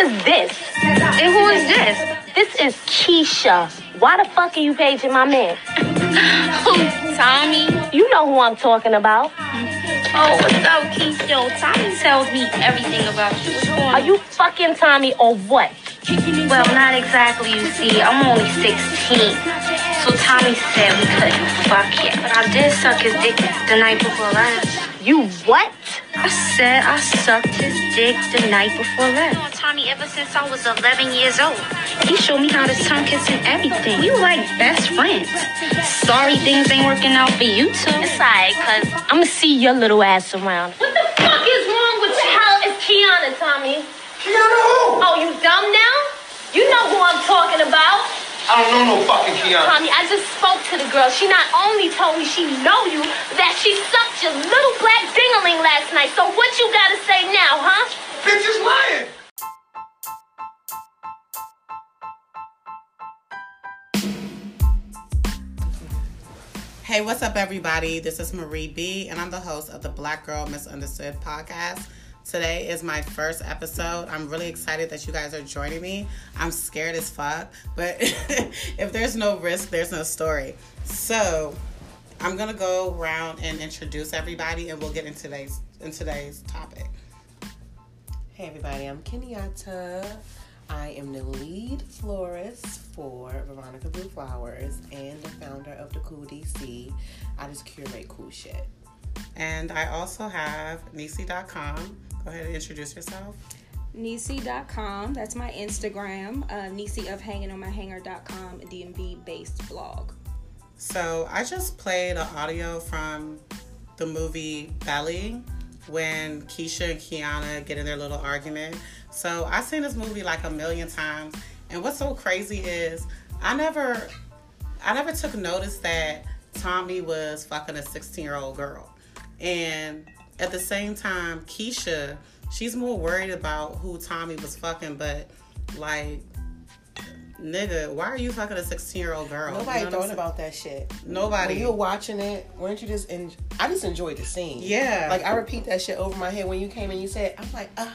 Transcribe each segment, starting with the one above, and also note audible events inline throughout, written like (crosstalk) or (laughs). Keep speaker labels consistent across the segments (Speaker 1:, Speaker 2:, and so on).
Speaker 1: is this? And who is this? This is Keisha. Why the fuck are you paging my man?
Speaker 2: Oh, Tommy.
Speaker 1: You know who I'm talking about.
Speaker 2: Oh, what's up, Keisha? Tommy tells me everything about you. What's going on?
Speaker 1: Are you fucking Tommy or what?
Speaker 2: Well, not exactly, you see. I'm only 16. So Tommy said we couldn't fuck yet. But I did suck his dick the night before last.
Speaker 1: You what?
Speaker 2: I said I sucked his dick the night before last. I've known Tommy ever since I was 11 years old. He showed me how to tongue kiss and everything. We were like best friends. Sorry things ain't working out for you two.
Speaker 1: It's alright, cuz I'ma see your little ass around. What the fuck is wrong with you? Hell, it's Kiana, Tommy.
Speaker 3: Keanu who?
Speaker 1: Oh, you dumb now? You know who I'm talking about.
Speaker 3: I don't know no fucking Keanu.
Speaker 1: Tommy, I just spoke to the girl. She not only told me she know you, that she sucked your little black dingaling last night. So what you gotta say now, huh?
Speaker 3: Bitch is lying.
Speaker 4: Hey, what's up, everybody? This is Marie B, and I'm the host of the Black Girl Misunderstood podcast. Today is my first episode. I'm really excited that you guys are joining me. I'm scared as fuck, but (laughs) if there's no risk, there's no story. So, I'm gonna go around and introduce everybody, and we'll get into today's in today's topic.
Speaker 5: Hey everybody, I'm Kenyatta. I am the lead florist for Veronica Blue Flowers and the founder of the Cool DC. I just curate cool shit.
Speaker 4: And I also have Nisi.com. Go ahead and introduce yourself.
Speaker 6: Nisi.com, that's my Instagram. Uh, Nisi of hanging on my hanger.com, DMV based blog.
Speaker 4: So I just played an audio from the movie Belly when Keisha and Kiana get in their little argument. So I've seen this movie like a million times, and what's so crazy is I never, I never took notice that Tommy was fucking a 16 year old girl, and at the same time, Keisha, she's more worried about who Tommy was fucking, but like. Nigga, why are you fucking a 16 year old girl?
Speaker 5: Nobody
Speaker 4: You know what I'm
Speaker 5: thought
Speaker 4: saying?
Speaker 5: about that shit.
Speaker 4: Nobody.
Speaker 5: When you were watching it, weren't you just in? I just enjoyed the scene.
Speaker 4: Yeah.
Speaker 5: Like I repeat that shit over my head when you came and you said, I'm like, ugh.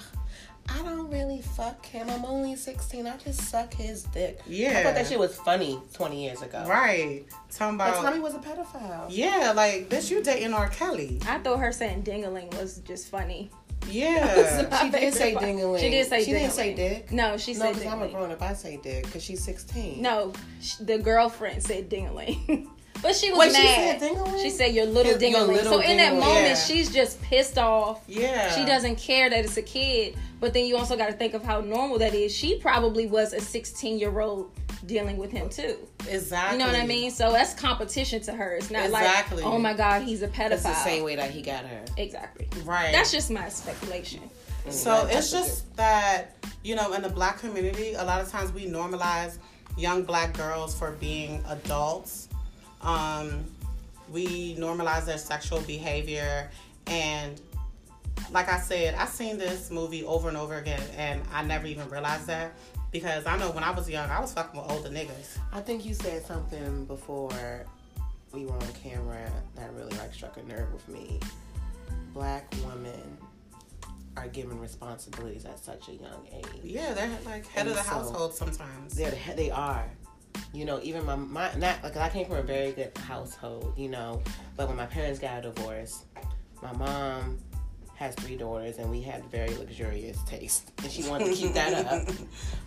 Speaker 5: I don't really fuck him. I'm only 16. I just suck his dick. I
Speaker 4: Yeah.
Speaker 5: thought that shit was funny 20 years ago.
Speaker 4: Right. Talking
Speaker 5: But
Speaker 4: about.
Speaker 5: Tommy was a pedophile.
Speaker 4: yeah, like, bitch, you dating R. Kelly.
Speaker 6: I thought her saying dingaling was just funny.
Speaker 4: Yeah.
Speaker 5: (laughs) She did say dingling.
Speaker 6: She did say
Speaker 5: She didn't say
Speaker 6: dingling.
Speaker 5: dick.
Speaker 6: No, she
Speaker 5: No,
Speaker 6: said
Speaker 5: because I'm a
Speaker 6: dingling.
Speaker 5: grown up. I say dick because she's 16.
Speaker 6: No, sh- the girlfriend said dingaling. (laughs) but she was
Speaker 5: Wait, she
Speaker 6: mad.
Speaker 5: said dingaling?
Speaker 6: She said your little
Speaker 5: Your- your
Speaker 6: dingaling.
Speaker 5: little
Speaker 6: so in that
Speaker 5: dingaling.
Speaker 6: moment,
Speaker 4: Yeah.
Speaker 6: she's just pissed off.
Speaker 4: Yeah.
Speaker 6: She doesn't care that it's a kid, but then you also got to think of how normal that is. She probably was a 16 year old dealing with him too.
Speaker 4: Exactly.
Speaker 6: You know what I mean? So that's competition to her. It's not
Speaker 4: Exactly.
Speaker 6: like, oh my God, he's a pedophile.
Speaker 5: That's the same way that he got her.
Speaker 6: Exactly.
Speaker 4: Right.
Speaker 6: That's just my speculation.
Speaker 4: So it's just that, you know, in the black community, a lot of times we normalize young black girls for being adults. Um, we normalize their sexual behavior. And like I said, I've seen this movie over and over again, and I never even realized that. Because I know when I was young, I was fucking with older niggas.
Speaker 5: I think you said something before we were on camera that really like struck a nerve with me. Black women are given responsibilities at such a young age.
Speaker 4: Yeah, they're like head of the
Speaker 5: And so-
Speaker 4: household sometimes.
Speaker 5: They're the, he- they are. You know, even my my not like I came from a very good household. You know, but when my parents got a divorce, my mom has three daughters, and we had very luxurious taste, and she wanted to keep
Speaker 4: (laughs)
Speaker 5: that up.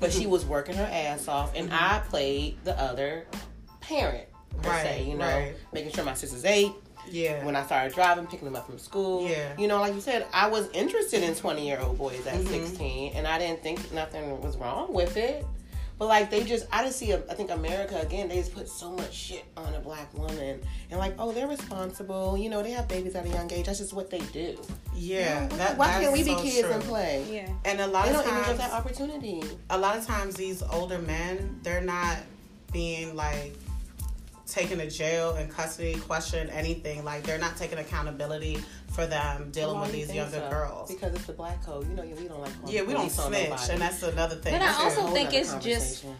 Speaker 5: But she was working her ass off, and I played the other parent, per
Speaker 4: Right,
Speaker 5: se. You know,
Speaker 4: right.
Speaker 5: making sure my sister's ate.
Speaker 4: Yeah.
Speaker 5: When I started driving, picking them up from school,
Speaker 4: Yeah. Mm-hmm.
Speaker 5: you know, like you said, I was interested in twenty-year-old boys at sixteen, and I didn't think nothing was wrong with it. But like they just, I just see. I think America again. They just put so much shit on a black woman, and like, oh, they're responsible. You know, they have babies at a young age. That's just what they do.
Speaker 4: yeah.
Speaker 5: Why-
Speaker 4: that-
Speaker 5: Why
Speaker 4: that's
Speaker 5: can't we be
Speaker 4: so
Speaker 5: kids
Speaker 4: true.
Speaker 5: and play?
Speaker 6: Yeah.
Speaker 4: And a lot
Speaker 5: They
Speaker 4: of
Speaker 5: don't even give
Speaker 4: times,
Speaker 5: that opportunity.
Speaker 4: a lot of times, these older men, they're not being like taken to jail and custody, questioned, anything. Like they're not taking accountability for them dealing
Speaker 5: Why
Speaker 4: with
Speaker 5: do you
Speaker 4: these
Speaker 5: Oh, think
Speaker 4: younger
Speaker 5: so?
Speaker 4: girls.
Speaker 5: Because it's the black code. You know, we don't like. calling
Speaker 4: yeah, we don't
Speaker 5: police on
Speaker 4: snitch,
Speaker 5: nobody.
Speaker 4: and that's another thing.
Speaker 6: But I
Speaker 4: too.
Speaker 6: also
Speaker 5: Whole
Speaker 6: think
Speaker 5: nother
Speaker 6: it's just-
Speaker 5: conversation.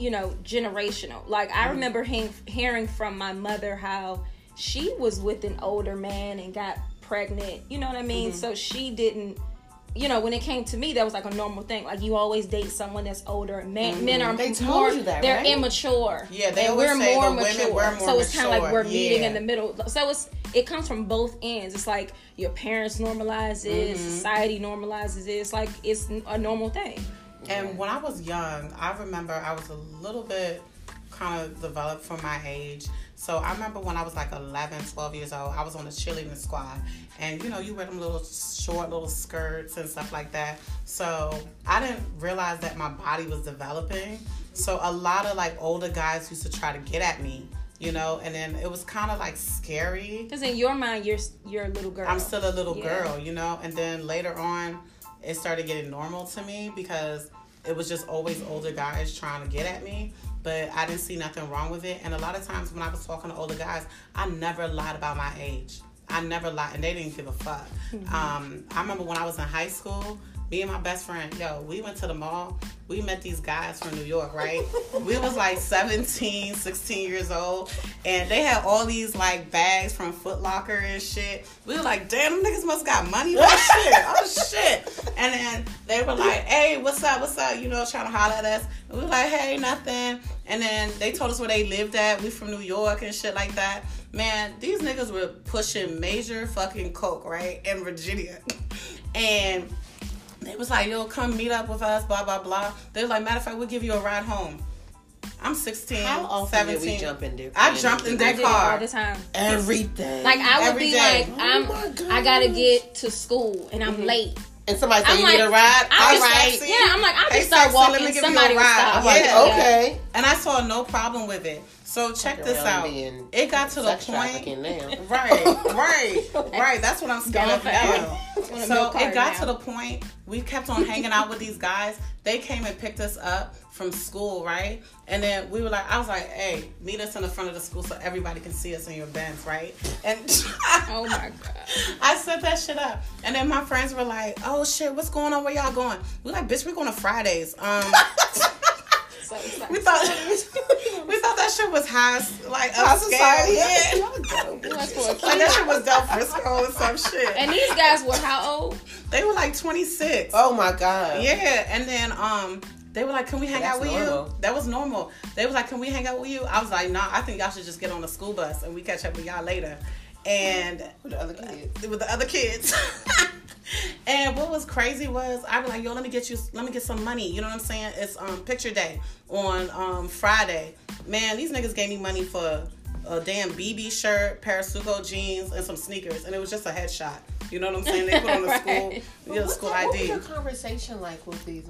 Speaker 6: You know, generational. Like
Speaker 4: Mm-hmm.
Speaker 6: I remember hearing, hearing from my mother how
Speaker 4: Mm-hmm.
Speaker 6: she was with an older man and got pregnant. You know what I mean? So she didn't you know, when it came to me, that was like a normal thing. Like you always date someone that's older. Men, men
Speaker 4: Mm-hmm.
Speaker 6: are
Speaker 5: They told
Speaker 6: more,
Speaker 5: you that,
Speaker 6: they're
Speaker 5: right?
Speaker 6: immature.
Speaker 4: Yeah, they
Speaker 6: And
Speaker 4: always say the women were more
Speaker 6: so it's kind of like
Speaker 4: mature.
Speaker 6: we're meeting
Speaker 4: Yeah.
Speaker 6: in the middle. So it's it comes from both ends. It's like your parents normalize
Speaker 4: Mm-hmm.
Speaker 6: it, society normalizes it. It's like it's n- a normal thing.
Speaker 4: And when I was young, I remember I was a little bit kind of developed for my age. So I remember when I was like 11, 12 years old, I was on the cheerleading squad. And you know, you wear them little short little skirts and stuff like that. So I didn't realize that my body was developing. So a lot of like older guys used to try to get at me, you know, and then it was kind of like scary.
Speaker 6: Because in your mind, you're s- you're a little girl.
Speaker 4: I'm still a little
Speaker 6: Yeah.
Speaker 4: girl, you know? And then later on, it started getting normal to me because it was just always older guys trying to get at me. But I didn't see nothing wrong with it. And a lot of times when I was talking to older guys, I never lied about my age. I never lied, and they didn't give a fuck. Um, I remember when I was in high school, me and my best friend, yo, we went to the mall. We met these guys from New York, right? we was like 17, 16 years old, and they had all these like bags from Foot Locker and shit. We were like, damn, them niggas must got money. Oh shit, oh shit. And then they were like, hey, what's up, what's up? You know, trying to holler at us. And we were like, hey, nothing. And then they told us where they lived at. We from New York and shit like that. Man, these niggas were pushing major fucking coke, right? In Virginia. (laughs) And they was like, yo, come meet up with us, blah, blah, blah. They was like, matter of fact, we'll give you a ride home. I'm 16,
Speaker 5: How often
Speaker 4: 17.
Speaker 5: did we jump in different-
Speaker 4: I jumped in
Speaker 6: I
Speaker 4: that
Speaker 6: did it all
Speaker 4: car.
Speaker 6: the time.
Speaker 5: Everything.
Speaker 6: Like I would
Speaker 4: Every
Speaker 6: be
Speaker 4: day. Oh
Speaker 6: like, I'm, I gotta get to school and I'm late.
Speaker 5: and somebody said,
Speaker 6: I'm
Speaker 5: you
Speaker 6: like,
Speaker 5: need a ride?
Speaker 6: I'm
Speaker 5: All
Speaker 6: just-
Speaker 5: right.
Speaker 6: yeah, I'm like, I'll
Speaker 4: Hey,
Speaker 6: just start
Speaker 4: sexy, let me
Speaker 6: walking.
Speaker 4: give you a
Speaker 6: Somebody will
Speaker 4: ride.
Speaker 6: stop.
Speaker 4: I'm
Speaker 5: I'm like,
Speaker 4: yeah.
Speaker 5: okay.
Speaker 4: And I saw no problem with it. So check this out.
Speaker 5: Around being
Speaker 4: It got to the
Speaker 5: sex
Speaker 4: point.
Speaker 5: trafficking now.
Speaker 4: (laughs) Right,
Speaker 5: (laughs)
Speaker 4: right, right. That's what I'm scared
Speaker 6: Gone
Speaker 4: of
Speaker 6: forever.
Speaker 4: now.
Speaker 6: Wanna
Speaker 4: So
Speaker 6: milk
Speaker 4: it
Speaker 6: card
Speaker 4: got
Speaker 6: now.
Speaker 4: to the point we kept on hanging out with these guys. They came and picked us up from school, right? And then we were like, I was like, hey, meet us in the front of the school so everybody can see us in your bands, right? And (laughs)
Speaker 6: Oh my god.
Speaker 4: I set that shit up. And then my friends were like, oh shit, what's going on? Where y'all going? We like, bitch, we're going to Fridays. Um (laughs)
Speaker 6: So it's like,
Speaker 4: We thought (laughs) we thought that shit was high like upscale.
Speaker 5: society.
Speaker 4: Yeah.
Speaker 6: like, for a kid.
Speaker 4: like that shit was Del Frisco or some shit.
Speaker 6: And these guys were how old?
Speaker 4: they were like 26.
Speaker 5: Oh my God.
Speaker 4: Yeah, and then um, they were like, "Can we hang
Speaker 5: That's
Speaker 4: out with
Speaker 5: normal.
Speaker 4: you?" That was normal. They was like, "Can we hang out with you?" I was like, "Nah, I think y'all should just get on the school bus and we catch up with y'all later." And
Speaker 5: Who the other kids?
Speaker 4: with the other kids. (laughs) and what was crazy was I'd be like, yo, let me get you, let me get some money. You know what I'm saying? It's um picture day on um Friday. Man, these niggas gave me money for a damn BB shirt, Parasuco jeans, and some sneakers, and it was just a headshot. You know what I'm saying? They put on the
Speaker 5: (laughs)
Speaker 6: Right.
Speaker 4: school, you know, school
Speaker 5: what,
Speaker 4: ID.
Speaker 5: What was your conversation like with these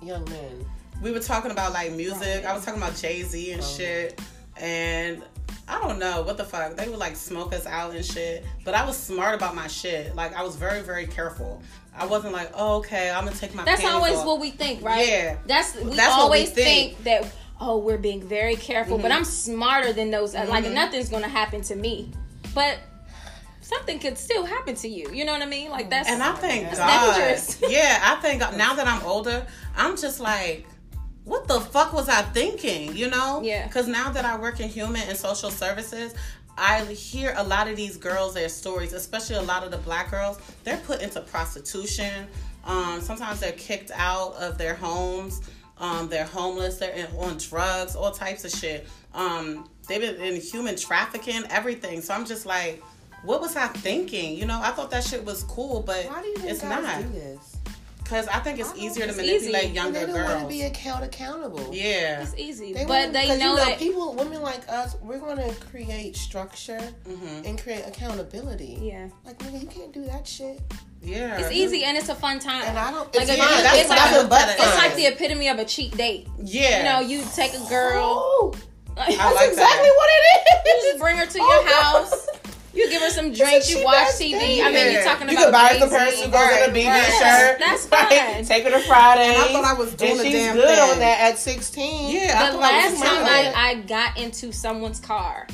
Speaker 5: young men?
Speaker 4: we were talking about like music. I was talking about Jay Z and shit, and I don't know what the fuck. They would like smoke us out and shit. But I was smart about my shit. Like I was very very careful. I wasn't like, oh, okay, I'm gonna take my.
Speaker 6: That's
Speaker 4: pants
Speaker 6: always
Speaker 4: off.
Speaker 6: what we think, right?
Speaker 4: Yeah.
Speaker 6: That's we
Speaker 4: That's what we
Speaker 6: always
Speaker 4: think. Mm-hmm.
Speaker 6: think. that oh, we're being very careful, but I'm smarter than those. uh, Like nothing's gonna happen to me, but something could still happen to you. You know what I mean? Like that's
Speaker 4: Mm. And I thank
Speaker 6: That's
Speaker 4: God.
Speaker 6: dangerous.
Speaker 4: Yeah, I thank God. Now that I'm older, I'm just like, what the fuck was I thinking? You know?
Speaker 6: Yeah.
Speaker 4: Because now that I work in human and social services, I hear a lot of these girls, their stories, especially a lot of the black girls, they're put into prostitution. Um, sometimes they're kicked out of their homes. Um, they're homeless. They're in, on drugs, all types of shit. Um, they've been in human trafficking, everything. So I'm just like, what was I thinking? You know, I thought that shit was cool, but
Speaker 5: Why do you think
Speaker 4: it's
Speaker 5: guys
Speaker 4: not.
Speaker 5: do this?
Speaker 4: Because I think it's easier to
Speaker 6: It's
Speaker 4: manipulate
Speaker 6: easy.
Speaker 5: And
Speaker 4: younger
Speaker 5: they don't want to
Speaker 4: girls.
Speaker 5: be account accountable.
Speaker 4: yeah.
Speaker 6: it's easy,
Speaker 5: They
Speaker 6: but
Speaker 5: want-
Speaker 6: they
Speaker 5: 'cause,
Speaker 6: know,
Speaker 5: you
Speaker 6: that
Speaker 5: people, women like us, we're going to create structure and create accountability.
Speaker 6: yeah.
Speaker 5: Like, nigga, you can't do that shit.
Speaker 4: Yeah.
Speaker 6: It's easy and it's a fun time.
Speaker 5: And I don't.
Speaker 6: Like,
Speaker 5: it's
Speaker 6: if
Speaker 5: fun.
Speaker 6: you-
Speaker 5: That's
Speaker 6: it's like-
Speaker 5: nothing but
Speaker 4: it's
Speaker 6: it's
Speaker 5: fun.
Speaker 6: like the epitome of a cheat date.
Speaker 4: Yeah.
Speaker 6: You know, you take a girl. (laughs)
Speaker 5: Oh,
Speaker 4: I like
Speaker 5: exactly
Speaker 4: that.
Speaker 5: what
Speaker 6: You
Speaker 5: it is.
Speaker 6: just bring her to your
Speaker 5: Oh,
Speaker 6: house. You give her some drinks. You
Speaker 5: cheap
Speaker 6: watch
Speaker 5: ass
Speaker 6: TV.
Speaker 5: date.
Speaker 6: I mean, you're
Speaker 4: Yeah.
Speaker 6: talking
Speaker 5: You
Speaker 6: about
Speaker 5: could buy her some
Speaker 6: Jay-Z.
Speaker 5: person who goes in a BB
Speaker 6: Right.
Speaker 5: shirt.
Speaker 6: That's
Speaker 5: right?
Speaker 6: fun.
Speaker 5: (laughs) Take her to Friday.
Speaker 4: And I thought I was doing
Speaker 5: and
Speaker 4: the
Speaker 5: she's
Speaker 4: damn
Speaker 5: good
Speaker 4: thing.
Speaker 5: on that at 16.
Speaker 4: Yeah. I
Speaker 6: the
Speaker 4: thought I
Speaker 6: last
Speaker 4: was
Speaker 6: time
Speaker 4: smart.
Speaker 6: I, I got into someone's car,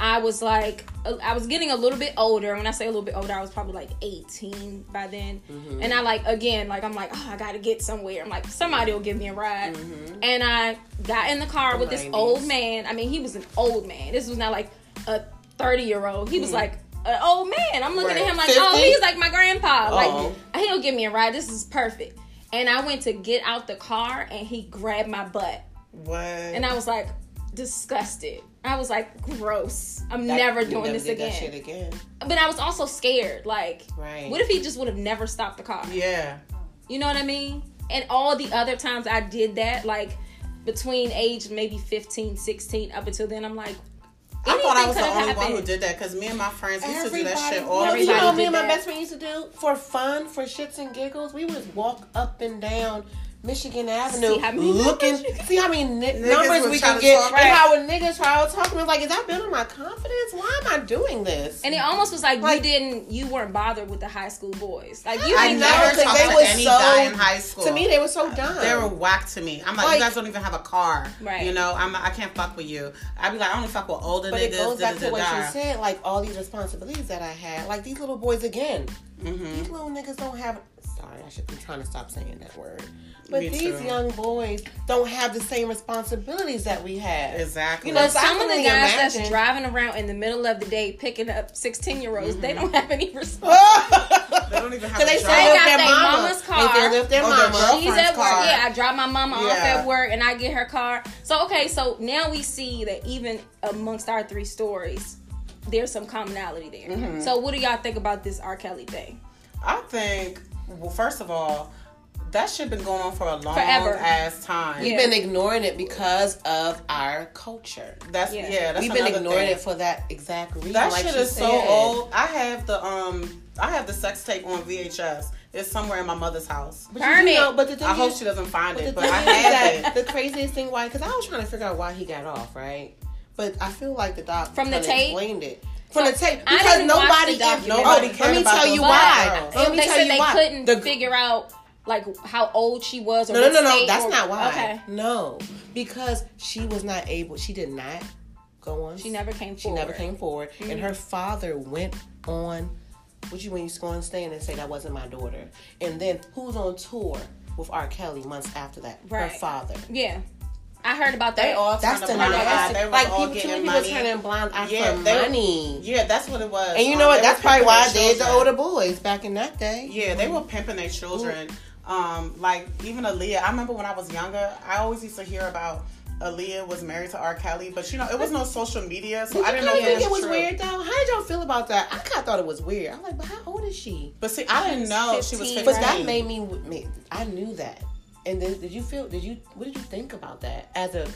Speaker 6: I was like, I was getting a little bit older. When I say a little bit older, I was probably like 18 by then.
Speaker 4: Mm-hmm.
Speaker 6: And I like, again, like, I'm like, oh, I gotta get somewhere. I'm like, somebody will give me a ride.
Speaker 4: Mm-hmm.
Speaker 6: And I got in the car with this
Speaker 5: 90s.
Speaker 4: Mm-hmm.
Speaker 6: old man. I mean, he was an old man. This was not like a 30 year old. He was like an old man. I'm looking
Speaker 5: Right.
Speaker 6: at him like,
Speaker 5: 50?
Speaker 6: oh, he's like my grandpa.
Speaker 5: Oh.
Speaker 6: Like he'll give me a ride. This is perfect. And I went to get out the car, and he grabbed my butt,
Speaker 4: What?
Speaker 6: and I was like disgusted. I was like, gross. I'm
Speaker 5: That-
Speaker 6: never
Speaker 5: you
Speaker 6: doing this
Speaker 5: did that
Speaker 6: again.
Speaker 5: shit again.
Speaker 6: But I was also scared. Like,
Speaker 5: Right.
Speaker 6: what if he just would have never stopped the car?
Speaker 4: yeah.
Speaker 6: You know what I mean? And all the other times I did that, like between age maybe 15, 16, up until then, I'm like,
Speaker 4: I thought I
Speaker 6: anything
Speaker 4: was the
Speaker 6: could've
Speaker 4: only one who
Speaker 6: happened.
Speaker 4: did that because me and my friends we used to do
Speaker 5: Everybody,
Speaker 4: that shit all
Speaker 5: no,
Speaker 4: the
Speaker 5: you know what
Speaker 4: time.
Speaker 5: me and my
Speaker 6: Everybody did that.
Speaker 5: best friend used to do for fun, for shits and giggles. We would walk up and down Michigan Avenue,
Speaker 6: See how many
Speaker 5: looking,
Speaker 6: numbers you
Speaker 5: see how many ni-
Speaker 4: Niggas
Speaker 5: numbers
Speaker 4: would
Speaker 5: we
Speaker 4: try
Speaker 5: could
Speaker 4: to
Speaker 5: get,
Speaker 4: talk
Speaker 5: and
Speaker 4: back.
Speaker 5: how a niggas try to talk to me like, is that building my confidence? Why am I doing this?
Speaker 6: And it almost was like,
Speaker 5: Like-
Speaker 6: you didn't, you weren't bothered with the high school boys. Like you
Speaker 5: I
Speaker 4: I
Speaker 6: didn't
Speaker 5: know,
Speaker 4: never
Speaker 5: because
Speaker 4: talked
Speaker 5: they
Speaker 4: to
Speaker 5: was
Speaker 4: any
Speaker 5: so-
Speaker 4: guy in high school. Uh,
Speaker 5: to me, they were so dumb.
Speaker 4: They were whack to me. I'm like,
Speaker 5: Like-
Speaker 4: you guys don't even have a car.
Speaker 6: Right.
Speaker 4: You know, I'm I can't fuck with you. I'd be like, I only fuck with older
Speaker 5: but
Speaker 4: niggas.
Speaker 5: it goes back to what you
Speaker 4: da-da-da-da.
Speaker 5: said, like all these responsibilities that I had. Like these little boys again.
Speaker 4: Mm-hmm.
Speaker 5: These little niggas don't have. Sorry, I should be trying to stop saying that word. But
Speaker 4: Me
Speaker 5: these
Speaker 4: too.
Speaker 5: young boys don't have the same responsibilities that we have.
Speaker 4: Exactly.
Speaker 5: You know, so I
Speaker 6: Some
Speaker 5: can
Speaker 6: of the
Speaker 5: only
Speaker 6: guys that's
Speaker 5: imagine. (laughs)
Speaker 6: driving around in the middle of the day picking up 16 year olds,
Speaker 5: Mm-hmm.
Speaker 6: they don't have any response.
Speaker 4: they
Speaker 5: they
Speaker 4: don't even have
Speaker 5: Because
Speaker 4: a job.
Speaker 5: they still live
Speaker 6: got
Speaker 5: their
Speaker 6: they
Speaker 5: mama.
Speaker 6: mama's
Speaker 5: They still
Speaker 6: car.
Speaker 5: live their
Speaker 4: Or their
Speaker 5: mama.
Speaker 4: girl-
Speaker 6: She's
Speaker 4: girlfriend's
Speaker 6: at work.
Speaker 4: car.
Speaker 6: Yeah, I drop my mama off
Speaker 4: Yeah.
Speaker 6: at work and I get her car. So okay, so now we see that even amongst our three stories, there's some commonality there.
Speaker 5: Mm-hmm.
Speaker 6: So what do y'all think about this R. Kelly thing?
Speaker 4: I think, well, first of all, that shit been going on for a long
Speaker 6: Forever.
Speaker 4: ass time.
Speaker 6: Yeah.
Speaker 5: We've been ignoring it because of our culture.
Speaker 4: That's
Speaker 6: Yeah.
Speaker 4: yeah. that's
Speaker 5: We've been
Speaker 4: another
Speaker 5: ignoring
Speaker 4: thing.
Speaker 5: it for that exact reason.
Speaker 4: That
Speaker 5: like
Speaker 4: shit
Speaker 5: she
Speaker 4: is so
Speaker 5: said.
Speaker 4: old. I have the um, I have the sex tape on VHS. It's somewhere in my mother's house.
Speaker 5: But you
Speaker 6: Burn
Speaker 5: do
Speaker 6: it.
Speaker 5: know- but the thing
Speaker 4: I
Speaker 5: is,
Speaker 4: hope she doesn't find
Speaker 5: But the
Speaker 4: it, but
Speaker 5: thing
Speaker 4: I
Speaker 5: is that
Speaker 4: have it.
Speaker 5: the craziest thing why because I was trying to figure out why he got off, right? But I feel like the doc
Speaker 6: From the
Speaker 5: kinda
Speaker 6: tape?
Speaker 5: explained it. From the tape,
Speaker 6: I
Speaker 5: because
Speaker 6: didn't watch
Speaker 5: nobody,
Speaker 6: the documentary.
Speaker 4: Nobody
Speaker 5: oh,
Speaker 4: cared
Speaker 5: Let me
Speaker 4: about
Speaker 5: tell
Speaker 4: those
Speaker 5: you
Speaker 4: black
Speaker 5: why.
Speaker 4: girls.
Speaker 5: Let
Speaker 6: They
Speaker 5: me tell
Speaker 6: said
Speaker 5: you
Speaker 6: they
Speaker 5: why.
Speaker 6: couldn't
Speaker 5: The-
Speaker 6: figure out like how old she was. Or
Speaker 5: No, no,
Speaker 6: what
Speaker 5: no, no.
Speaker 6: state
Speaker 5: That's
Speaker 6: or-
Speaker 5: not why.
Speaker 6: Okay,
Speaker 5: No, because she was not able. She did not go on.
Speaker 6: she never came.
Speaker 5: She
Speaker 6: forward. Mm-hmm.
Speaker 5: never came forward, and her father went on. What you mean you go on stand and say that wasn't my daughter? And then who's on tour with R. Kelly months after that? Her
Speaker 6: Right.
Speaker 5: father.
Speaker 6: Yeah, I heard about that.
Speaker 4: They all
Speaker 5: That's
Speaker 4: turned
Speaker 5: the
Speaker 4: a
Speaker 5: number.
Speaker 4: blind eye. They were
Speaker 5: like
Speaker 4: all
Speaker 5: people, too many
Speaker 4: getting
Speaker 5: people
Speaker 4: money.
Speaker 5: turning blind eye
Speaker 4: Yeah,
Speaker 5: for
Speaker 4: they-
Speaker 5: money.
Speaker 4: Yeah, that's what it was.
Speaker 5: and you
Speaker 4: Um,
Speaker 5: know
Speaker 4: they
Speaker 5: what?
Speaker 4: were
Speaker 5: That's probably
Speaker 4: pimping
Speaker 5: why I
Speaker 4: their
Speaker 5: did the
Speaker 4: children.
Speaker 5: older Mm-hmm. boys back in that day.
Speaker 4: Yeah, they were pimping their children. Um, like even Aaliyah. I remember when I was younger, I always used to hear about Aaliyah was married to R. Kelly, but you know it was no social media, so I
Speaker 5: I
Speaker 4: didn't know
Speaker 5: didn't
Speaker 4: if
Speaker 5: think it was
Speaker 4: true.
Speaker 5: weird though. How did y'all feel about that? I kind of thought it was weird. I'm like, but how old is she?
Speaker 4: But see, I didn't know she was fifteen.
Speaker 6: 15,
Speaker 5: But that made me, me. I knew that. And then did you feel? Did you? What did you think about that? As a,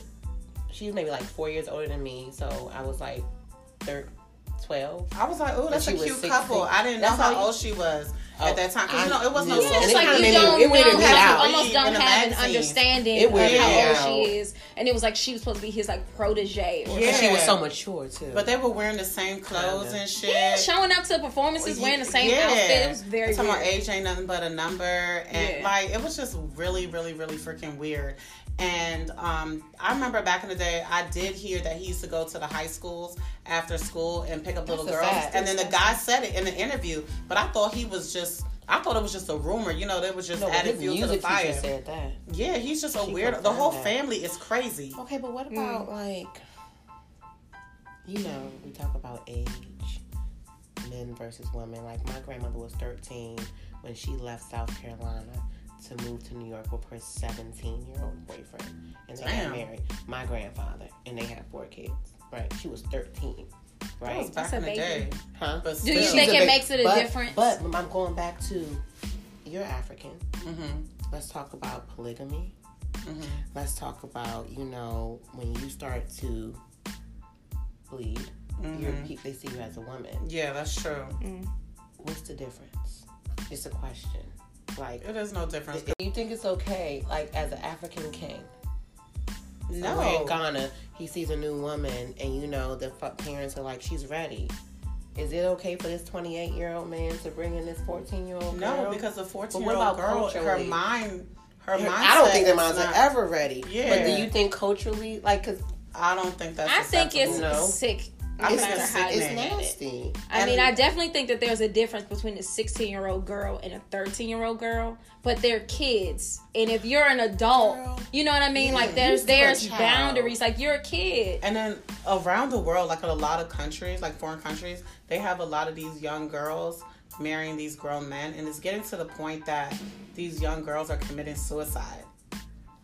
Speaker 5: she's maybe like four years older than me, so I was like, thir- twelve.
Speaker 4: I was like, oh, that's
Speaker 5: she
Speaker 4: a
Speaker 5: was
Speaker 4: cute
Speaker 5: 16.
Speaker 4: couple. I didn't
Speaker 5: That's
Speaker 4: know
Speaker 5: how
Speaker 4: how
Speaker 5: you-
Speaker 4: old she was
Speaker 5: Oh,
Speaker 4: at that time because you know it was no
Speaker 5: I knew.
Speaker 6: Yeah,
Speaker 5: And
Speaker 6: it's
Speaker 4: social.
Speaker 5: it
Speaker 6: like
Speaker 5: kinda
Speaker 6: you
Speaker 5: made me-
Speaker 6: don't
Speaker 5: it weirded
Speaker 6: know,
Speaker 5: me
Speaker 6: you
Speaker 5: out.
Speaker 6: almost don't
Speaker 4: In a
Speaker 6: have an
Speaker 4: magazine.
Speaker 6: understanding
Speaker 5: It
Speaker 6: of
Speaker 5: weirded
Speaker 6: how
Speaker 4: me
Speaker 6: old
Speaker 4: out.
Speaker 6: she is, and it was like she was supposed to be his like protege. Or
Speaker 4: Yeah.
Speaker 5: And she was so mature too.
Speaker 4: But they were wearing the same clothes
Speaker 5: Kinda.
Speaker 4: and shit.
Speaker 6: yeah, showing up to performances wearing the same
Speaker 4: Oh, Yeah.
Speaker 6: outfit. It was very
Speaker 4: I'm talking about
Speaker 6: weird.
Speaker 4: age ain't nothing but a number, and
Speaker 6: Yeah.
Speaker 4: like it was just really, really, really freaking weird. And um, I remember back in the day, I did hear that he used to go to the high schools after school and pick up little
Speaker 5: a
Speaker 4: girls.
Speaker 5: fact.
Speaker 4: And then the guy said it in an interview, but I thought he was just. I thought it was just a rumor, you know. That was just
Speaker 5: no, but
Speaker 4: added
Speaker 5: his
Speaker 4: fuel to the
Speaker 5: music teacher
Speaker 4: fire.
Speaker 5: said that.
Speaker 4: Yeah, he's just a
Speaker 5: She
Speaker 4: weirdo. The
Speaker 5: confirmed
Speaker 4: whole
Speaker 5: that.
Speaker 4: family is crazy.
Speaker 5: Okay, but
Speaker 4: Mm.
Speaker 5: what about like, you know, we talk about age, men versus women. Like my grandmother was 13 when she left South Carolina to move to New York with her 17 year old boyfriend, and they
Speaker 4: Damn.
Speaker 5: got married. My grandfather, and they had four kids. Right, she was 13.
Speaker 4: That was
Speaker 5: Right,
Speaker 4: back
Speaker 6: a
Speaker 4: in the
Speaker 6: baby.
Speaker 4: day.
Speaker 5: huh?
Speaker 4: But
Speaker 6: Do you
Speaker 4: still.
Speaker 6: think
Speaker 5: She's a
Speaker 6: it
Speaker 5: big-
Speaker 6: makes it a
Speaker 5: but-
Speaker 6: difference?
Speaker 5: But I'm going back to you're African.
Speaker 4: Mhm.
Speaker 5: Let's talk about polygamy.
Speaker 4: mm-hmm.
Speaker 5: Let's talk about you know when you start to bleed, you're,
Speaker 4: Mm-hmm.
Speaker 5: pe- they see you as a woman.
Speaker 4: Yeah, that's true.
Speaker 5: What's the difference? It's a question. Like,
Speaker 4: It is no difference.
Speaker 5: do you think it's okay? Like as an African king, somewhere
Speaker 4: No.
Speaker 5: in Ghana, he sees a new woman, and you know the fu- parents are like, she's ready. Is it okay for this 28 year old man to bring in this 14 year old girl?
Speaker 4: No, because a fourteen
Speaker 5: what
Speaker 4: year
Speaker 5: about
Speaker 4: old girl, her
Speaker 5: culturally?
Speaker 4: mind, her mindset.
Speaker 5: I don't think their
Speaker 4: is
Speaker 5: minds are
Speaker 4: not-
Speaker 5: ever ready. But
Speaker 4: Yeah.
Speaker 5: do you think culturally, like, because
Speaker 4: I don't think that's.
Speaker 6: I think it's
Speaker 5: No.
Speaker 6: sick No
Speaker 5: It's,
Speaker 6: matter
Speaker 5: just-
Speaker 6: how you
Speaker 5: it's
Speaker 6: look at it.
Speaker 5: nasty.
Speaker 6: I mean, I definitely think that there's a difference between a 16 year old girl and a 13 year old girl, but they're kids. And if you're an adult,
Speaker 4: Girl,
Speaker 6: you know what I mean? like,
Speaker 4: yeah,
Speaker 6: there's
Speaker 4: you still a
Speaker 6: there's
Speaker 4: child.
Speaker 6: boundaries. Like, you're a kid.
Speaker 4: And then around the world, like in a lot of countries, like foreign countries, they have a lot of these young girls marrying these grown men. And it's getting to the point that these young girls are committing suicide.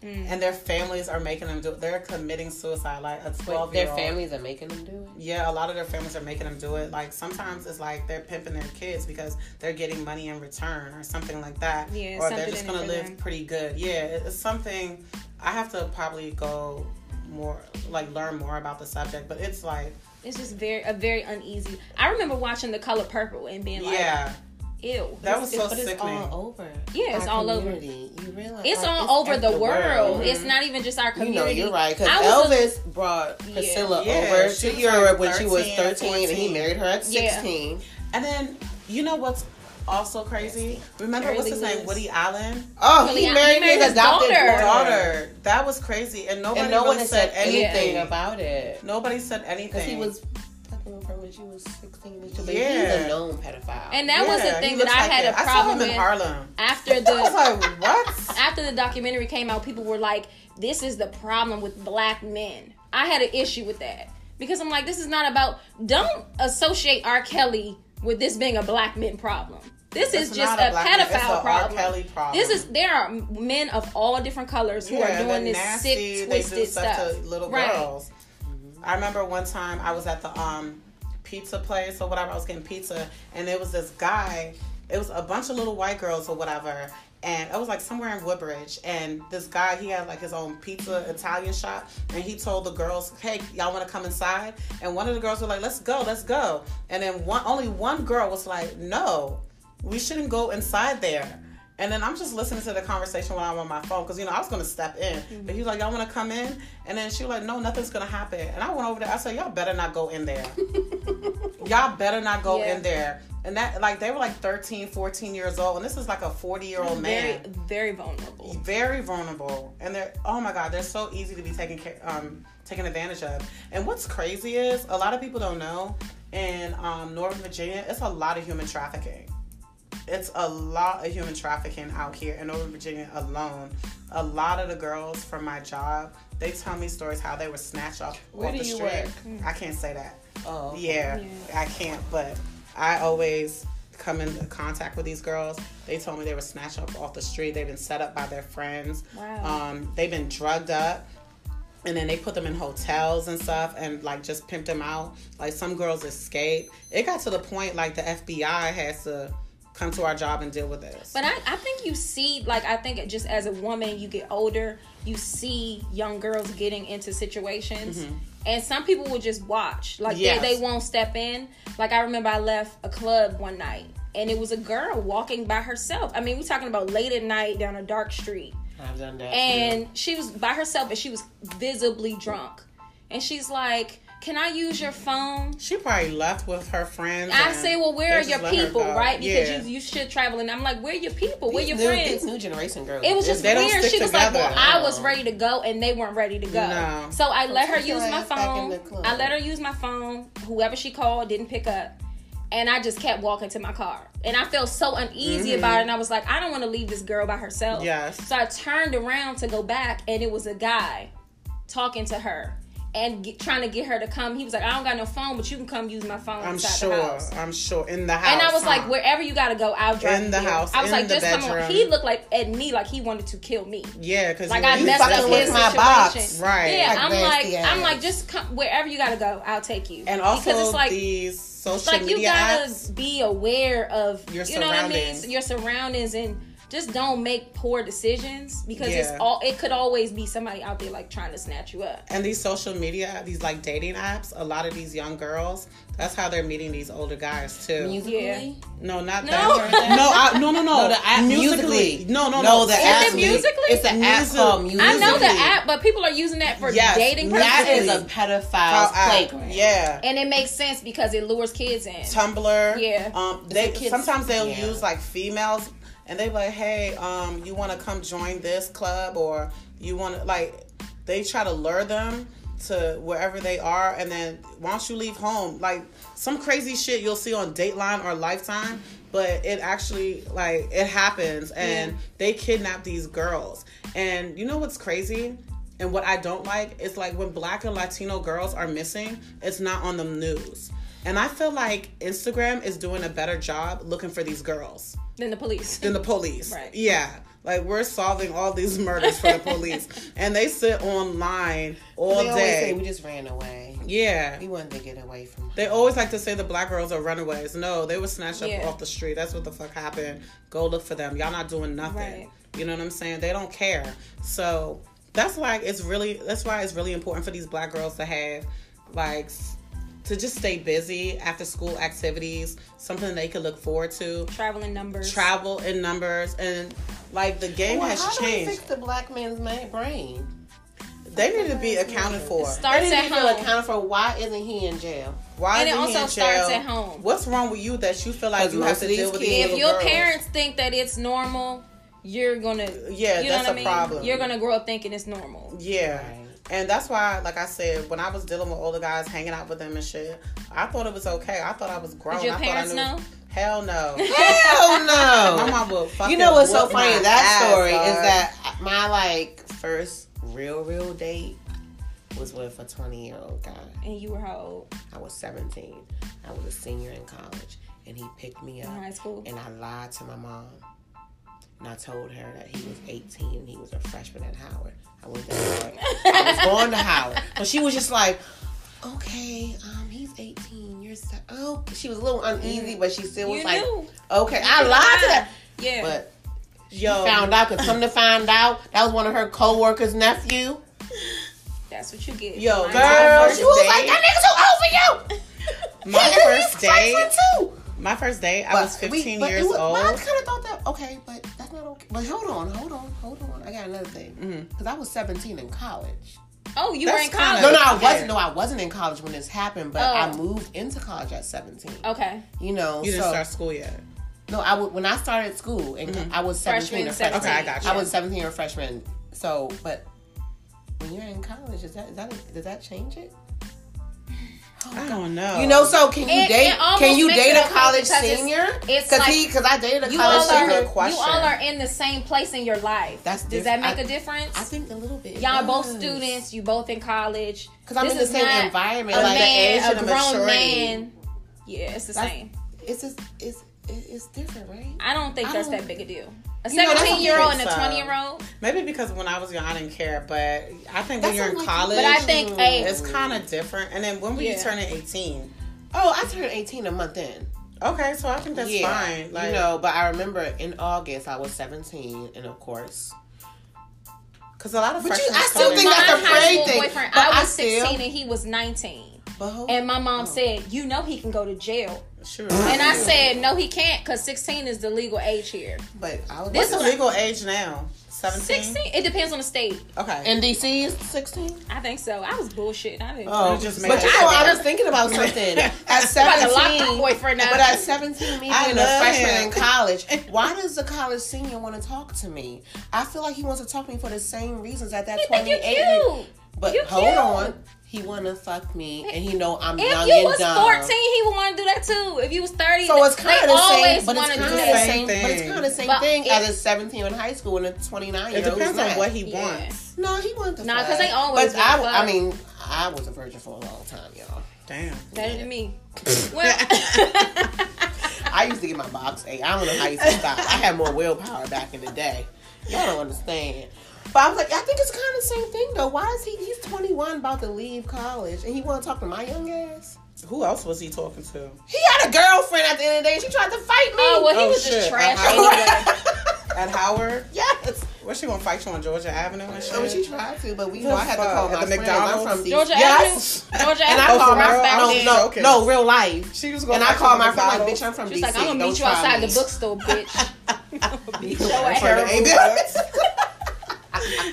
Speaker 5: Mm.
Speaker 4: And their families are making them do it. They're committing suicide. Like a 12
Speaker 5: Their
Speaker 4: year old.
Speaker 5: families are making them do it.
Speaker 4: Yeah, a lot of their families are making them do it. Like sometimes it's like they're pimping their kids because they're getting money in return or something like that.
Speaker 6: Yeah,
Speaker 4: or
Speaker 6: something
Speaker 4: they're just
Speaker 6: in it
Speaker 4: gonna
Speaker 6: for
Speaker 4: live
Speaker 6: them.
Speaker 4: pretty good. Yeah, it- it's something. I have to probably go more, like learn more about the subject. But it's like,
Speaker 6: It's just very a very uneasy. I remember watching The Color Purple and being like,
Speaker 4: yeah,
Speaker 6: ew.
Speaker 4: that was so
Speaker 5: but it's
Speaker 4: sickening.
Speaker 5: all over.
Speaker 6: Yeah, it's
Speaker 5: Our
Speaker 6: all over.
Speaker 5: community, You realize
Speaker 6: It's
Speaker 5: like,
Speaker 6: all over the,
Speaker 5: everywhere.
Speaker 6: world.
Speaker 5: Mhm.
Speaker 6: It's not even just our
Speaker 5: You know,
Speaker 6: community.
Speaker 5: you're right. Because
Speaker 6: I was a-
Speaker 5: Elvis brought Priscilla
Speaker 4: Yeah. Yeah,
Speaker 5: over
Speaker 4: she
Speaker 5: to
Speaker 4: was
Speaker 5: Europe
Speaker 4: like
Speaker 5: when she was
Speaker 4: 13,
Speaker 5: 13 and he
Speaker 4: 14.
Speaker 5: married her at
Speaker 6: Yeah.
Speaker 5: 16.
Speaker 4: And then you know what's also crazy? Remember
Speaker 6: Jerry
Speaker 4: what's
Speaker 6: Lee
Speaker 4: his
Speaker 6: Lewis.
Speaker 4: name? Woody Allen
Speaker 5: Oh,
Speaker 6: Well,
Speaker 5: he
Speaker 6: yeah, he
Speaker 5: married
Speaker 6: married
Speaker 5: his
Speaker 6: his
Speaker 5: adopted
Speaker 6: daughter.
Speaker 5: daughter.
Speaker 4: daughter. That was crazy, and nobody
Speaker 5: And no
Speaker 4: really
Speaker 5: one has said anything
Speaker 4: anything.
Speaker 5: about it.
Speaker 4: Nobody said anything.
Speaker 5: Because he was fucking with her when she was 16. and shit, But he's a
Speaker 4: Yeah.
Speaker 5: known pedophile.
Speaker 6: and that was
Speaker 4: Yeah,
Speaker 6: the
Speaker 4: he
Speaker 6: thing that
Speaker 4: looks
Speaker 6: I
Speaker 4: like
Speaker 6: had
Speaker 4: it.
Speaker 6: a problem
Speaker 4: I saw him in
Speaker 6: with
Speaker 4: Harlem.
Speaker 6: after
Speaker 4: I was
Speaker 6: the
Speaker 4: like,
Speaker 6: (laughs)
Speaker 4: what?
Speaker 6: after the documentary came out, people were like, "This is the problem with black men." I had an issue with that because I'm like, "This is not about." Don't associate R. Kelly with this being a black men problem. This
Speaker 4: It's
Speaker 6: is just
Speaker 4: not
Speaker 6: a,
Speaker 4: black man, it's a
Speaker 6: pedophile
Speaker 4: R.
Speaker 6: problem.
Speaker 4: Kelly problem.
Speaker 6: This is there are men of all different colors who
Speaker 4: Yeah,
Speaker 6: are doing
Speaker 4: they're
Speaker 6: this
Speaker 4: nasty,
Speaker 6: sick,
Speaker 4: they do
Speaker 6: twisted
Speaker 4: stuff to little
Speaker 6: right.
Speaker 4: girls. I remember one time I was at the um pizza place or whatever. I was getting pizza, and there was this guy. It was a bunch of little white girls or whatever, and it was like somewhere in Woodbridge. And this guy, he had like his own pizza Italian shop, and he told the girls, "Hey, y'all want to come inside?" And one of the girls were like, "Let's go, let's go." And then one, only one girl was like, "No, we shouldn't go inside there." And then I'm just listening to the conversation while I'm on my phone because you know I was gonna step in, but he was like, "Y'all want to come in?" And then she was like, "No, nothing's gonna happen." And I went over there. I said, "Y'all better not go in there. Y'all better not go
Speaker 6: Yeah.
Speaker 4: in there." And that like they were like 13, 14 years old, and this is like a 40 year old
Speaker 6: Very,
Speaker 4: man,
Speaker 6: very vulnerable.
Speaker 4: very vulnerable, and they're oh my god, they're so easy to be taken care, um, taken advantage of. And what's crazy is a lot of people don't know in um, Northern Virginia, it's a lot of human trafficking it's a lot of human trafficking out here in Northern Virginia alone. A lot of the girls from my job, they tell me stories how they were snatched off
Speaker 5: Where
Speaker 4: off
Speaker 5: do
Speaker 4: the
Speaker 5: you
Speaker 4: street.
Speaker 6: Mm.
Speaker 4: I can't say that.
Speaker 5: oh,
Speaker 4: Yeah, I can't. But I always come in contact with these girls. They told me they were snatched up off the street. They've been set up by their friends.
Speaker 6: Wow.
Speaker 4: Um, they've been drugged up. And then they put them in hotels and stuff and like just pimped them out. Like some girls escaped. It got to the point like the FBI has to come to our job and deal with this.
Speaker 6: But I, I think you see, like, I think just as a woman, you get older, you see young girls getting into situations. And some people will just watch. Like,
Speaker 4: Mm-hmm. Yes.
Speaker 6: they, they won't step in. Like, I remember I left a club one night, and it was a girl walking by herself. I mean, we're talking about late at night down a dark street.
Speaker 5: I've done that.
Speaker 6: And she was by herself, and she was visibly drunk. And she's like, Can I use your phone?
Speaker 4: she probably left with her friends.
Speaker 6: I
Speaker 4: and
Speaker 6: say, well,
Speaker 4: they
Speaker 6: where are
Speaker 4: just
Speaker 6: your
Speaker 4: let her
Speaker 6: people,
Speaker 4: go.
Speaker 6: right? Because
Speaker 4: yeah.
Speaker 6: you, you should travel. And I'm like, where are your people? Where are your
Speaker 5: new,
Speaker 6: friends?
Speaker 5: These new generation girls.
Speaker 6: It was just
Speaker 4: They don't
Speaker 6: weird.
Speaker 4: stick
Speaker 6: She was like,
Speaker 4: together.
Speaker 6: "Well, I was ready to go, and they weren't ready to go."
Speaker 4: No.
Speaker 6: So I let her
Speaker 5: Put your
Speaker 6: use my
Speaker 5: ass back in
Speaker 6: phone.
Speaker 5: the club.
Speaker 6: I let her use my phone. Whoever she called didn't pick up, and I just kept walking to my car. And I felt so uneasy about it. And I was like, "I don't want to leave this girl by herself."
Speaker 4: Mm-hmm. Yes.
Speaker 6: So I turned around to go back, and it was a guy talking to her and get, trying to get her to come. He was like, "I don't got no phone, but you can come use my phone
Speaker 4: I'm
Speaker 6: inside
Speaker 4: sure.
Speaker 6: the house."
Speaker 4: I'm sure. In the house.
Speaker 6: And I was like,
Speaker 4: huh?
Speaker 6: wherever you gotta go, I'll drive
Speaker 4: In
Speaker 6: you
Speaker 4: the
Speaker 6: there."
Speaker 4: house,
Speaker 6: I was
Speaker 4: in
Speaker 6: like,
Speaker 4: the
Speaker 6: just come on.
Speaker 4: bedroom.
Speaker 6: He looked like at me like he wanted to kill me.
Speaker 4: Yeah, because
Speaker 6: Like I messed
Speaker 5: fucking
Speaker 6: up
Speaker 5: with
Speaker 6: his
Speaker 5: my
Speaker 6: situation.
Speaker 5: box.
Speaker 4: Right.
Speaker 6: Yeah,
Speaker 5: Like
Speaker 6: I'm
Speaker 5: nasty
Speaker 6: like,
Speaker 5: ass.
Speaker 6: I'm like, just come wherever you gotta go, I'll take you.
Speaker 4: And also
Speaker 6: because it's like,
Speaker 4: these social
Speaker 6: like you
Speaker 4: media
Speaker 6: gotta
Speaker 4: apps.
Speaker 6: be aware of
Speaker 4: Your
Speaker 6: you know what I mean,
Speaker 4: surroundings.
Speaker 6: your surroundings, and just don't make poor decisions because
Speaker 4: Yeah.
Speaker 6: it's all. It could always be somebody out there like trying to snatch you up.
Speaker 4: And these social media, these like dating apps, a lot of these young girls, that's how they're meeting these older guys too.
Speaker 6: Yeah.
Speaker 4: no, not
Speaker 6: No.
Speaker 4: that. no, I, no, no, no.
Speaker 5: No, the app- Musical.ly.
Speaker 4: No, no,
Speaker 5: No,
Speaker 4: no.
Speaker 5: the
Speaker 4: It's
Speaker 5: app-
Speaker 6: Is it musically?
Speaker 5: It's an app
Speaker 4: Music-
Speaker 5: called Musical.ly.
Speaker 6: I know the app, but people are using that for
Speaker 4: Yes,
Speaker 6: dating purposes,
Speaker 5: That is a
Speaker 4: Musical.ly.
Speaker 5: pedophile's
Speaker 4: how I-
Speaker 5: playground.
Speaker 4: Yeah.
Speaker 6: and it makes sense because it lures kids in.
Speaker 4: Tumblr.
Speaker 6: Yeah.
Speaker 4: Um, they
Speaker 5: kids-
Speaker 4: sometimes they'll
Speaker 5: yeah.
Speaker 4: use like females, and they be like, hey, um, you want to come join this club or you want to like, they try to lure them to wherever they are, and then once you leave home, like some crazy shit you'll see on Dateline or Lifetime, but it actually like it happens, and they kidnap these girls. And you know what's crazy? And what I don't like is like when black and Latino girls are missing, it's not on the news. And I feel like Instagram is doing a better job looking for these girls
Speaker 6: Then the police.
Speaker 4: than the police.
Speaker 6: Right.
Speaker 4: Yeah. Like we're solving all these murders for the
Speaker 5: (laughs)
Speaker 4: police. and they sit online all
Speaker 5: they always
Speaker 4: day.
Speaker 5: say we just ran away.
Speaker 4: yeah.
Speaker 5: We wanted to get away from.
Speaker 4: They always like to say the black girls are runaways. No, they were snatched up
Speaker 6: Yeah.
Speaker 4: off the street. That's what the fuck happened. Go look for them. Y'all not doing nothing.
Speaker 6: Right.
Speaker 4: You know what I'm saying? They don't care. So that's like it's really that's why it's really important for these black girls to have like s- to just stay busy after school activities, something they could look forward to.
Speaker 6: (laughs) Traveling numbers.
Speaker 4: Travel in numbers and like the game
Speaker 5: Well,
Speaker 4: has
Speaker 5: how do we
Speaker 4: changed.
Speaker 5: fix the black man's ma- brain?
Speaker 4: They need to be accounted for.
Speaker 6: starts
Speaker 5: They
Speaker 6: at
Speaker 5: need to feel
Speaker 6: home.
Speaker 5: accounted for. Why isn't he in jail?
Speaker 4: Why
Speaker 6: And
Speaker 4: is he
Speaker 6: it
Speaker 4: in
Speaker 6: also starts
Speaker 4: jail?
Speaker 6: at home.
Speaker 4: What's wrong with you that you feel like
Speaker 5: 'Cause
Speaker 4: you
Speaker 5: most
Speaker 4: have to
Speaker 5: of these
Speaker 4: deal with these
Speaker 5: kids-
Speaker 6: if
Speaker 4: little
Speaker 6: your
Speaker 4: girls?
Speaker 6: parents think that it's normal, you're gonna
Speaker 4: Yeah,
Speaker 6: you know
Speaker 4: that's
Speaker 6: what I
Speaker 4: a
Speaker 6: mean?
Speaker 4: problem.
Speaker 6: You're gonna grow up thinking it's normal.
Speaker 4: Yeah.
Speaker 5: Right.
Speaker 4: And that's why, like I said, when I was dealing with older guys, hanging out with them and shit, I thought it was okay. I thought I was grown.
Speaker 6: your
Speaker 4: I
Speaker 6: parents
Speaker 4: thought I
Speaker 6: know?
Speaker 4: Hell
Speaker 6: (laughs)
Speaker 4: no.
Speaker 5: Hell (laughs) no.
Speaker 4: my mom would fucking
Speaker 5: You know what's so
Speaker 4: whoop
Speaker 5: funny?
Speaker 4: my
Speaker 5: That
Speaker 4: ass,
Speaker 5: story
Speaker 4: dog.
Speaker 5: is that my like first real real date was with a twenty year old guy.
Speaker 6: And you were how old?
Speaker 5: I was seventeen. I was a senior in college, and he picked me up.
Speaker 6: In high school?
Speaker 5: And I lied to my mom, and I told her that he was eighteen and he was a freshman at Howard. I went to Howard. I was going to Howard, but she was just like. Okay, um, he's 18. You're so oh, she was a little uneasy, but she still was
Speaker 6: You
Speaker 5: like,
Speaker 6: knew.
Speaker 5: okay, I lied to that.
Speaker 6: Yeah.
Speaker 5: But
Speaker 4: Yo,
Speaker 5: found out because come to find out that was one of her co-workers nephew
Speaker 6: that's what you get.
Speaker 4: Yo,
Speaker 6: Mine-
Speaker 4: girl,
Speaker 5: she was like that nigga too old for you
Speaker 4: My
Speaker 5: He is
Speaker 4: first
Speaker 5: his boyfriend
Speaker 4: date-
Speaker 5: too.
Speaker 4: my first date, I
Speaker 5: But
Speaker 4: was
Speaker 5: we-
Speaker 4: 15
Speaker 5: but it
Speaker 4: years
Speaker 5: was-
Speaker 4: old.
Speaker 5: well, i kind of thought that okay but that's not okay but hold on hold on hold on i got another thing
Speaker 6: Mm-hmm.
Speaker 5: because i was 17 in college
Speaker 6: Oh, you were
Speaker 4: That's
Speaker 6: in college.
Speaker 5: no no i
Speaker 4: Yeah.
Speaker 5: wasn't no i wasn't in college when this happened but i
Speaker 6: Oh.
Speaker 5: moved into college at 17
Speaker 6: Okay.
Speaker 5: you know
Speaker 4: You didn't
Speaker 5: so-
Speaker 4: start school yet.
Speaker 5: No, I w- when I started school and I was seventeen
Speaker 6: Mm-hmm. Freshman,
Speaker 5: or freshman.
Speaker 4: Okay, I got you.
Speaker 5: I was seventeen or freshman. So, but when you're in college, is that is that does that change it?
Speaker 4: I don't know.
Speaker 5: You know, so can you
Speaker 6: Oh. It-
Speaker 5: date?
Speaker 6: it almost
Speaker 5: can you
Speaker 6: makes
Speaker 5: date
Speaker 6: it
Speaker 5: a
Speaker 6: okay
Speaker 5: college
Speaker 6: because it's-
Speaker 5: senior?
Speaker 6: it's
Speaker 5: because
Speaker 6: like-
Speaker 5: he because I dated a
Speaker 6: You
Speaker 5: college
Speaker 6: all
Speaker 4: That's a
Speaker 6: are
Speaker 5: senior.
Speaker 4: good question.
Speaker 6: you all are in the same place in your life.
Speaker 5: That's
Speaker 6: does
Speaker 5: diff-
Speaker 6: that make
Speaker 5: I-
Speaker 6: a difference?
Speaker 5: I think a little bit.
Speaker 6: Y'all both students. You both in college.
Speaker 5: 'Cause I'm
Speaker 6: This
Speaker 5: in the
Speaker 6: is
Speaker 5: same
Speaker 6: not
Speaker 5: environment,
Speaker 6: A
Speaker 5: like, the
Speaker 6: man,
Speaker 4: age and
Speaker 6: a
Speaker 4: the
Speaker 6: grown
Speaker 4: maturity.
Speaker 6: man. Yeah, it's the
Speaker 5: That's-
Speaker 6: same.
Speaker 5: It's just it's it- it's different, right?
Speaker 6: I don't think
Speaker 5: I
Speaker 6: that's
Speaker 5: don't-
Speaker 6: that big a deal. A
Speaker 5: You know, that's
Speaker 6: 17 year old and a
Speaker 4: something,
Speaker 6: 20 year old.
Speaker 4: Maybe because when I was young, I didn't care, but I think when
Speaker 5: That's
Speaker 4: you're in
Speaker 5: not like-
Speaker 4: college,
Speaker 6: But I think a
Speaker 4: it's kind of different. And then when were you
Speaker 6: Yeah.
Speaker 4: turning 18?
Speaker 5: Oh, I turned eighteen a month in.
Speaker 4: Okay, so I think that's fine. Like,
Speaker 5: you know, but I remember in August I was 17, and of course,
Speaker 4: because a lot of
Speaker 5: But you-
Speaker 4: freshmen
Speaker 5: I still
Speaker 4: come in-
Speaker 5: think
Speaker 6: my
Speaker 5: that's a
Speaker 6: high
Speaker 5: friend
Speaker 6: school
Speaker 5: thing,
Speaker 6: boyfriend,
Speaker 5: but
Speaker 6: I
Speaker 5: I
Speaker 6: was 16
Speaker 5: still- Oh.
Speaker 6: and he was 19.
Speaker 5: but hold-
Speaker 6: And my mom said, You know he can go to jail.
Speaker 4: Sure.
Speaker 6: And I said, No, he can't because 16 is the legal age here.
Speaker 5: but I was
Speaker 6: This
Speaker 4: What's the legal age now? 17?
Speaker 6: 16? It depends on the state.
Speaker 4: Okay.
Speaker 5: in DC is 16.
Speaker 6: I think so. I was bullshitting. I didn't.
Speaker 4: You just made
Speaker 5: but
Speaker 4: it.
Speaker 5: you know, I was thinking about something Oh. at
Speaker 6: about to lock the
Speaker 5: 17.
Speaker 6: boyfriend up.
Speaker 5: But at 17, me
Speaker 4: I
Speaker 5: being a
Speaker 4: love
Speaker 5: freshman
Speaker 4: him.
Speaker 5: in college, why does the college senior want to talk to me? I feel like he wants to talk to me for the same reasons at that
Speaker 6: you think
Speaker 5: 28.
Speaker 6: you cute.
Speaker 5: But
Speaker 6: You
Speaker 5: hold
Speaker 6: cute.
Speaker 5: on, he want to fuck me, and he know I'm
Speaker 6: If
Speaker 5: young
Speaker 6: you
Speaker 5: and
Speaker 6: was
Speaker 5: dumb.
Speaker 6: 14, he would want to do that too. If you was 30,
Speaker 5: So it's
Speaker 6: they
Speaker 5: kind of the
Speaker 6: always
Speaker 5: same, but it's
Speaker 6: wanna
Speaker 5: kind
Speaker 6: do
Speaker 5: of the
Speaker 6: that.
Speaker 5: same,
Speaker 4: Same
Speaker 5: but it's
Speaker 4: thing.
Speaker 5: kind of the same
Speaker 6: But
Speaker 5: thing
Speaker 6: it-
Speaker 5: as a 17 year old in high school and a 29 year
Speaker 4: it
Speaker 5: old.
Speaker 4: depends on what he
Speaker 6: Yeah.
Speaker 4: wants.
Speaker 5: No, he wanted to.
Speaker 6: Nah, 'cause
Speaker 5: fuck.
Speaker 6: they always
Speaker 5: But I,
Speaker 6: wanna fuck.
Speaker 5: I mean, I was a virgin for a long time, y'all.
Speaker 4: Damn.
Speaker 6: Better than
Speaker 5: (laughs)
Speaker 6: me. Well,
Speaker 5: I used to get my box eight. I don't know how I used to stop. I had more willpower back in the day. Y'all don't understand. But I was like, I think it's kind of the same thing though. Why is he? He's 21, about to leave college, and he want to talk to my young ass.
Speaker 4: Who else was he talking to?
Speaker 5: He had a girlfriend at the end of the day. She tried to fight me.
Speaker 6: oh, well, he
Speaker 4: Oh,
Speaker 6: was
Speaker 4: shit.
Speaker 6: just trash
Speaker 4: Uh-huh.
Speaker 6: anyway.
Speaker 5: (laughs)
Speaker 4: At Howard?
Speaker 5: yes.
Speaker 4: Where she gonna fight you on Georgia Avenue and shit?
Speaker 5: Oh, she tried to, but we know
Speaker 4: The
Speaker 5: I had to
Speaker 4: fuck?
Speaker 5: call
Speaker 4: At
Speaker 5: my
Speaker 4: the
Speaker 5: friends.
Speaker 4: McDonald's?
Speaker 5: I'm from DC.
Speaker 6: Georgia
Speaker 5: yes.
Speaker 6: Avenue. Georgia
Speaker 5: And I
Speaker 6: Avenue.
Speaker 5: called
Speaker 4: for
Speaker 5: my
Speaker 4: real? I
Speaker 5: friend.
Speaker 4: was
Speaker 5: No,
Speaker 4: joking.
Speaker 5: no, real life.
Speaker 4: She was gonna
Speaker 5: And I
Speaker 4: fight you
Speaker 5: called
Speaker 4: on
Speaker 5: my friend like,
Speaker 4: McDonald's.
Speaker 5: bitch, I'm from
Speaker 6: She's
Speaker 5: DC.
Speaker 6: like, I'm going to
Speaker 5: Don't
Speaker 6: meet you
Speaker 5: try
Speaker 6: outside
Speaker 5: me.
Speaker 6: the bookstore,
Speaker 5: (laughs)
Speaker 6: bitch. Beat your
Speaker 4: In front of
Speaker 6: ass.
Speaker 4: A-Bills? (laughs)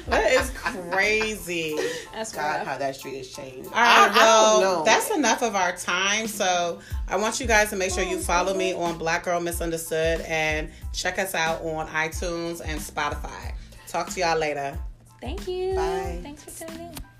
Speaker 4: That is crazy.
Speaker 6: That's
Speaker 5: God,
Speaker 6: right.
Speaker 5: how that street has changed.
Speaker 4: All right,
Speaker 5: I,
Speaker 4: well,
Speaker 5: I don't know.
Speaker 4: that's enough of our time. So I want you guys to make sure you follow me on Black Girl Misunderstood and check us out on iTunes and Spotify. Talk to y'all later.
Speaker 6: Thank you.
Speaker 5: Bye.
Speaker 6: Thanks for tuning in.